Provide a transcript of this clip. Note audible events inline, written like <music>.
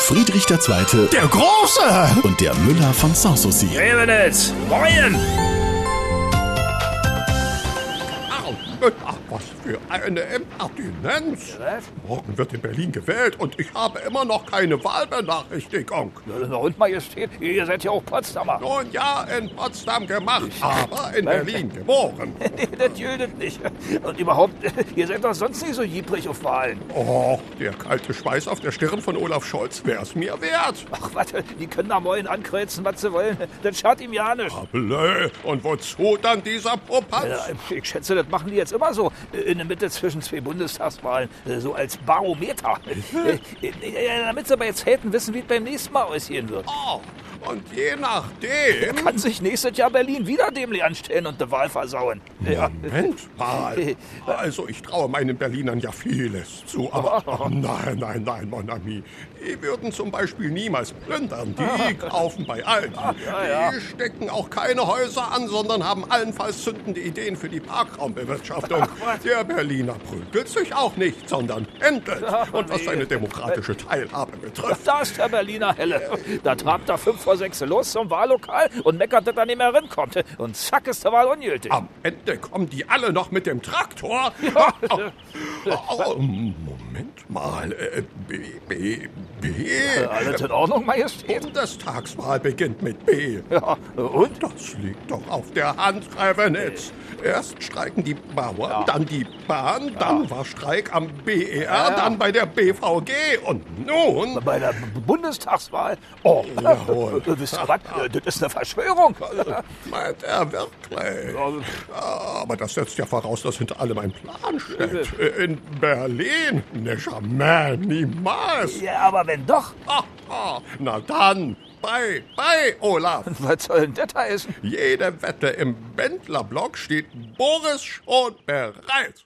Friedrich II. Der Große! und der Müller von Sanssouci. Revenitz! Moin! Ach, was für eine Impertinenz! Was? Morgen wird in Berlin gewählt und ich habe immer noch keine Wahlbenachrichtigung. Und Majestät, ihr seid ja auch Potsdamer. Nun ja, in Potsdam gemacht, aber in Berlin geboren. <laughs> Nee, das jüdet nicht. Und überhaupt, ihr seid doch sonst nicht so jiebrig auf Wahlen. Oh, der kalte Schweiß auf der Stirn von Olaf Scholz wär's mir wert. Ach, warte, die können da Moin ankreuzen, was sie wollen. Das schadet ihm ja nicht. Blö, und wozu dann dieser Popanz? Äh, Ich schätze, das machen die jetzt immer so äh, in der Mitte zwischen zwei Bundestagswahlen, äh, so als Barometer. Äh, äh, äh, Damit sie bei Zelten wissen, wie es beim nächsten Mal aussehen wird. Oh, und je nachdem... Kann sich nächstes Jahr Berlin wieder dämlich anstellen und die Wahl versauen. Ja. Moment mal. Also, ich traue meinen Berlinern ja vieles zu, <laughs> aber oh, nein, nein, nein, mon ami. Die würden zum Beispiel niemals plündern. <laughs> Die kaufen bei Aldi. Ah, ja. Die stecken auch keine Häuser an, sondern haben allenfalls zündende Ideen für die Parkraumbewirtschaftung. Der Berliner prügelt sich auch nicht, sondern pendelt. Und was seine demokratische Teilhabe betrifft. Da ist der Berliner Helle. Da trabt er fünf vor sechs los zum Wahllokal und meckert, dass er nicht mehr rankommt. Und zack ist der Wahl ungültig. Am Ende kommen die alle noch mit dem Traktor. <laughs> Au, au, Moment mal. äh, B, B, B. Alles in Ordnung, Majestät? Bundestagswahl beginnt mit B. Ja, und? Das liegt doch auf der Hand, Revenitz. Erst streiken die Bauern, dann die Bahn, dann war Streik am BER, dann bei der BVG und nun... Bei der B- Bundestagswahl? Oh, Jawohl. wisst ihr was? Das ist eine Verschwörung. Meint er wirklich? Aber das setzt ja voraus, dass hinter allem ein Plan steckt. In Berlin? Ne, jamais, niemals. Ja, aber wenn doch, Ah, ah, Na dann, bye, bye, Olaf. was soll denn das heißen? Jede Wette im Bändlerblock steht Boris schon bereit.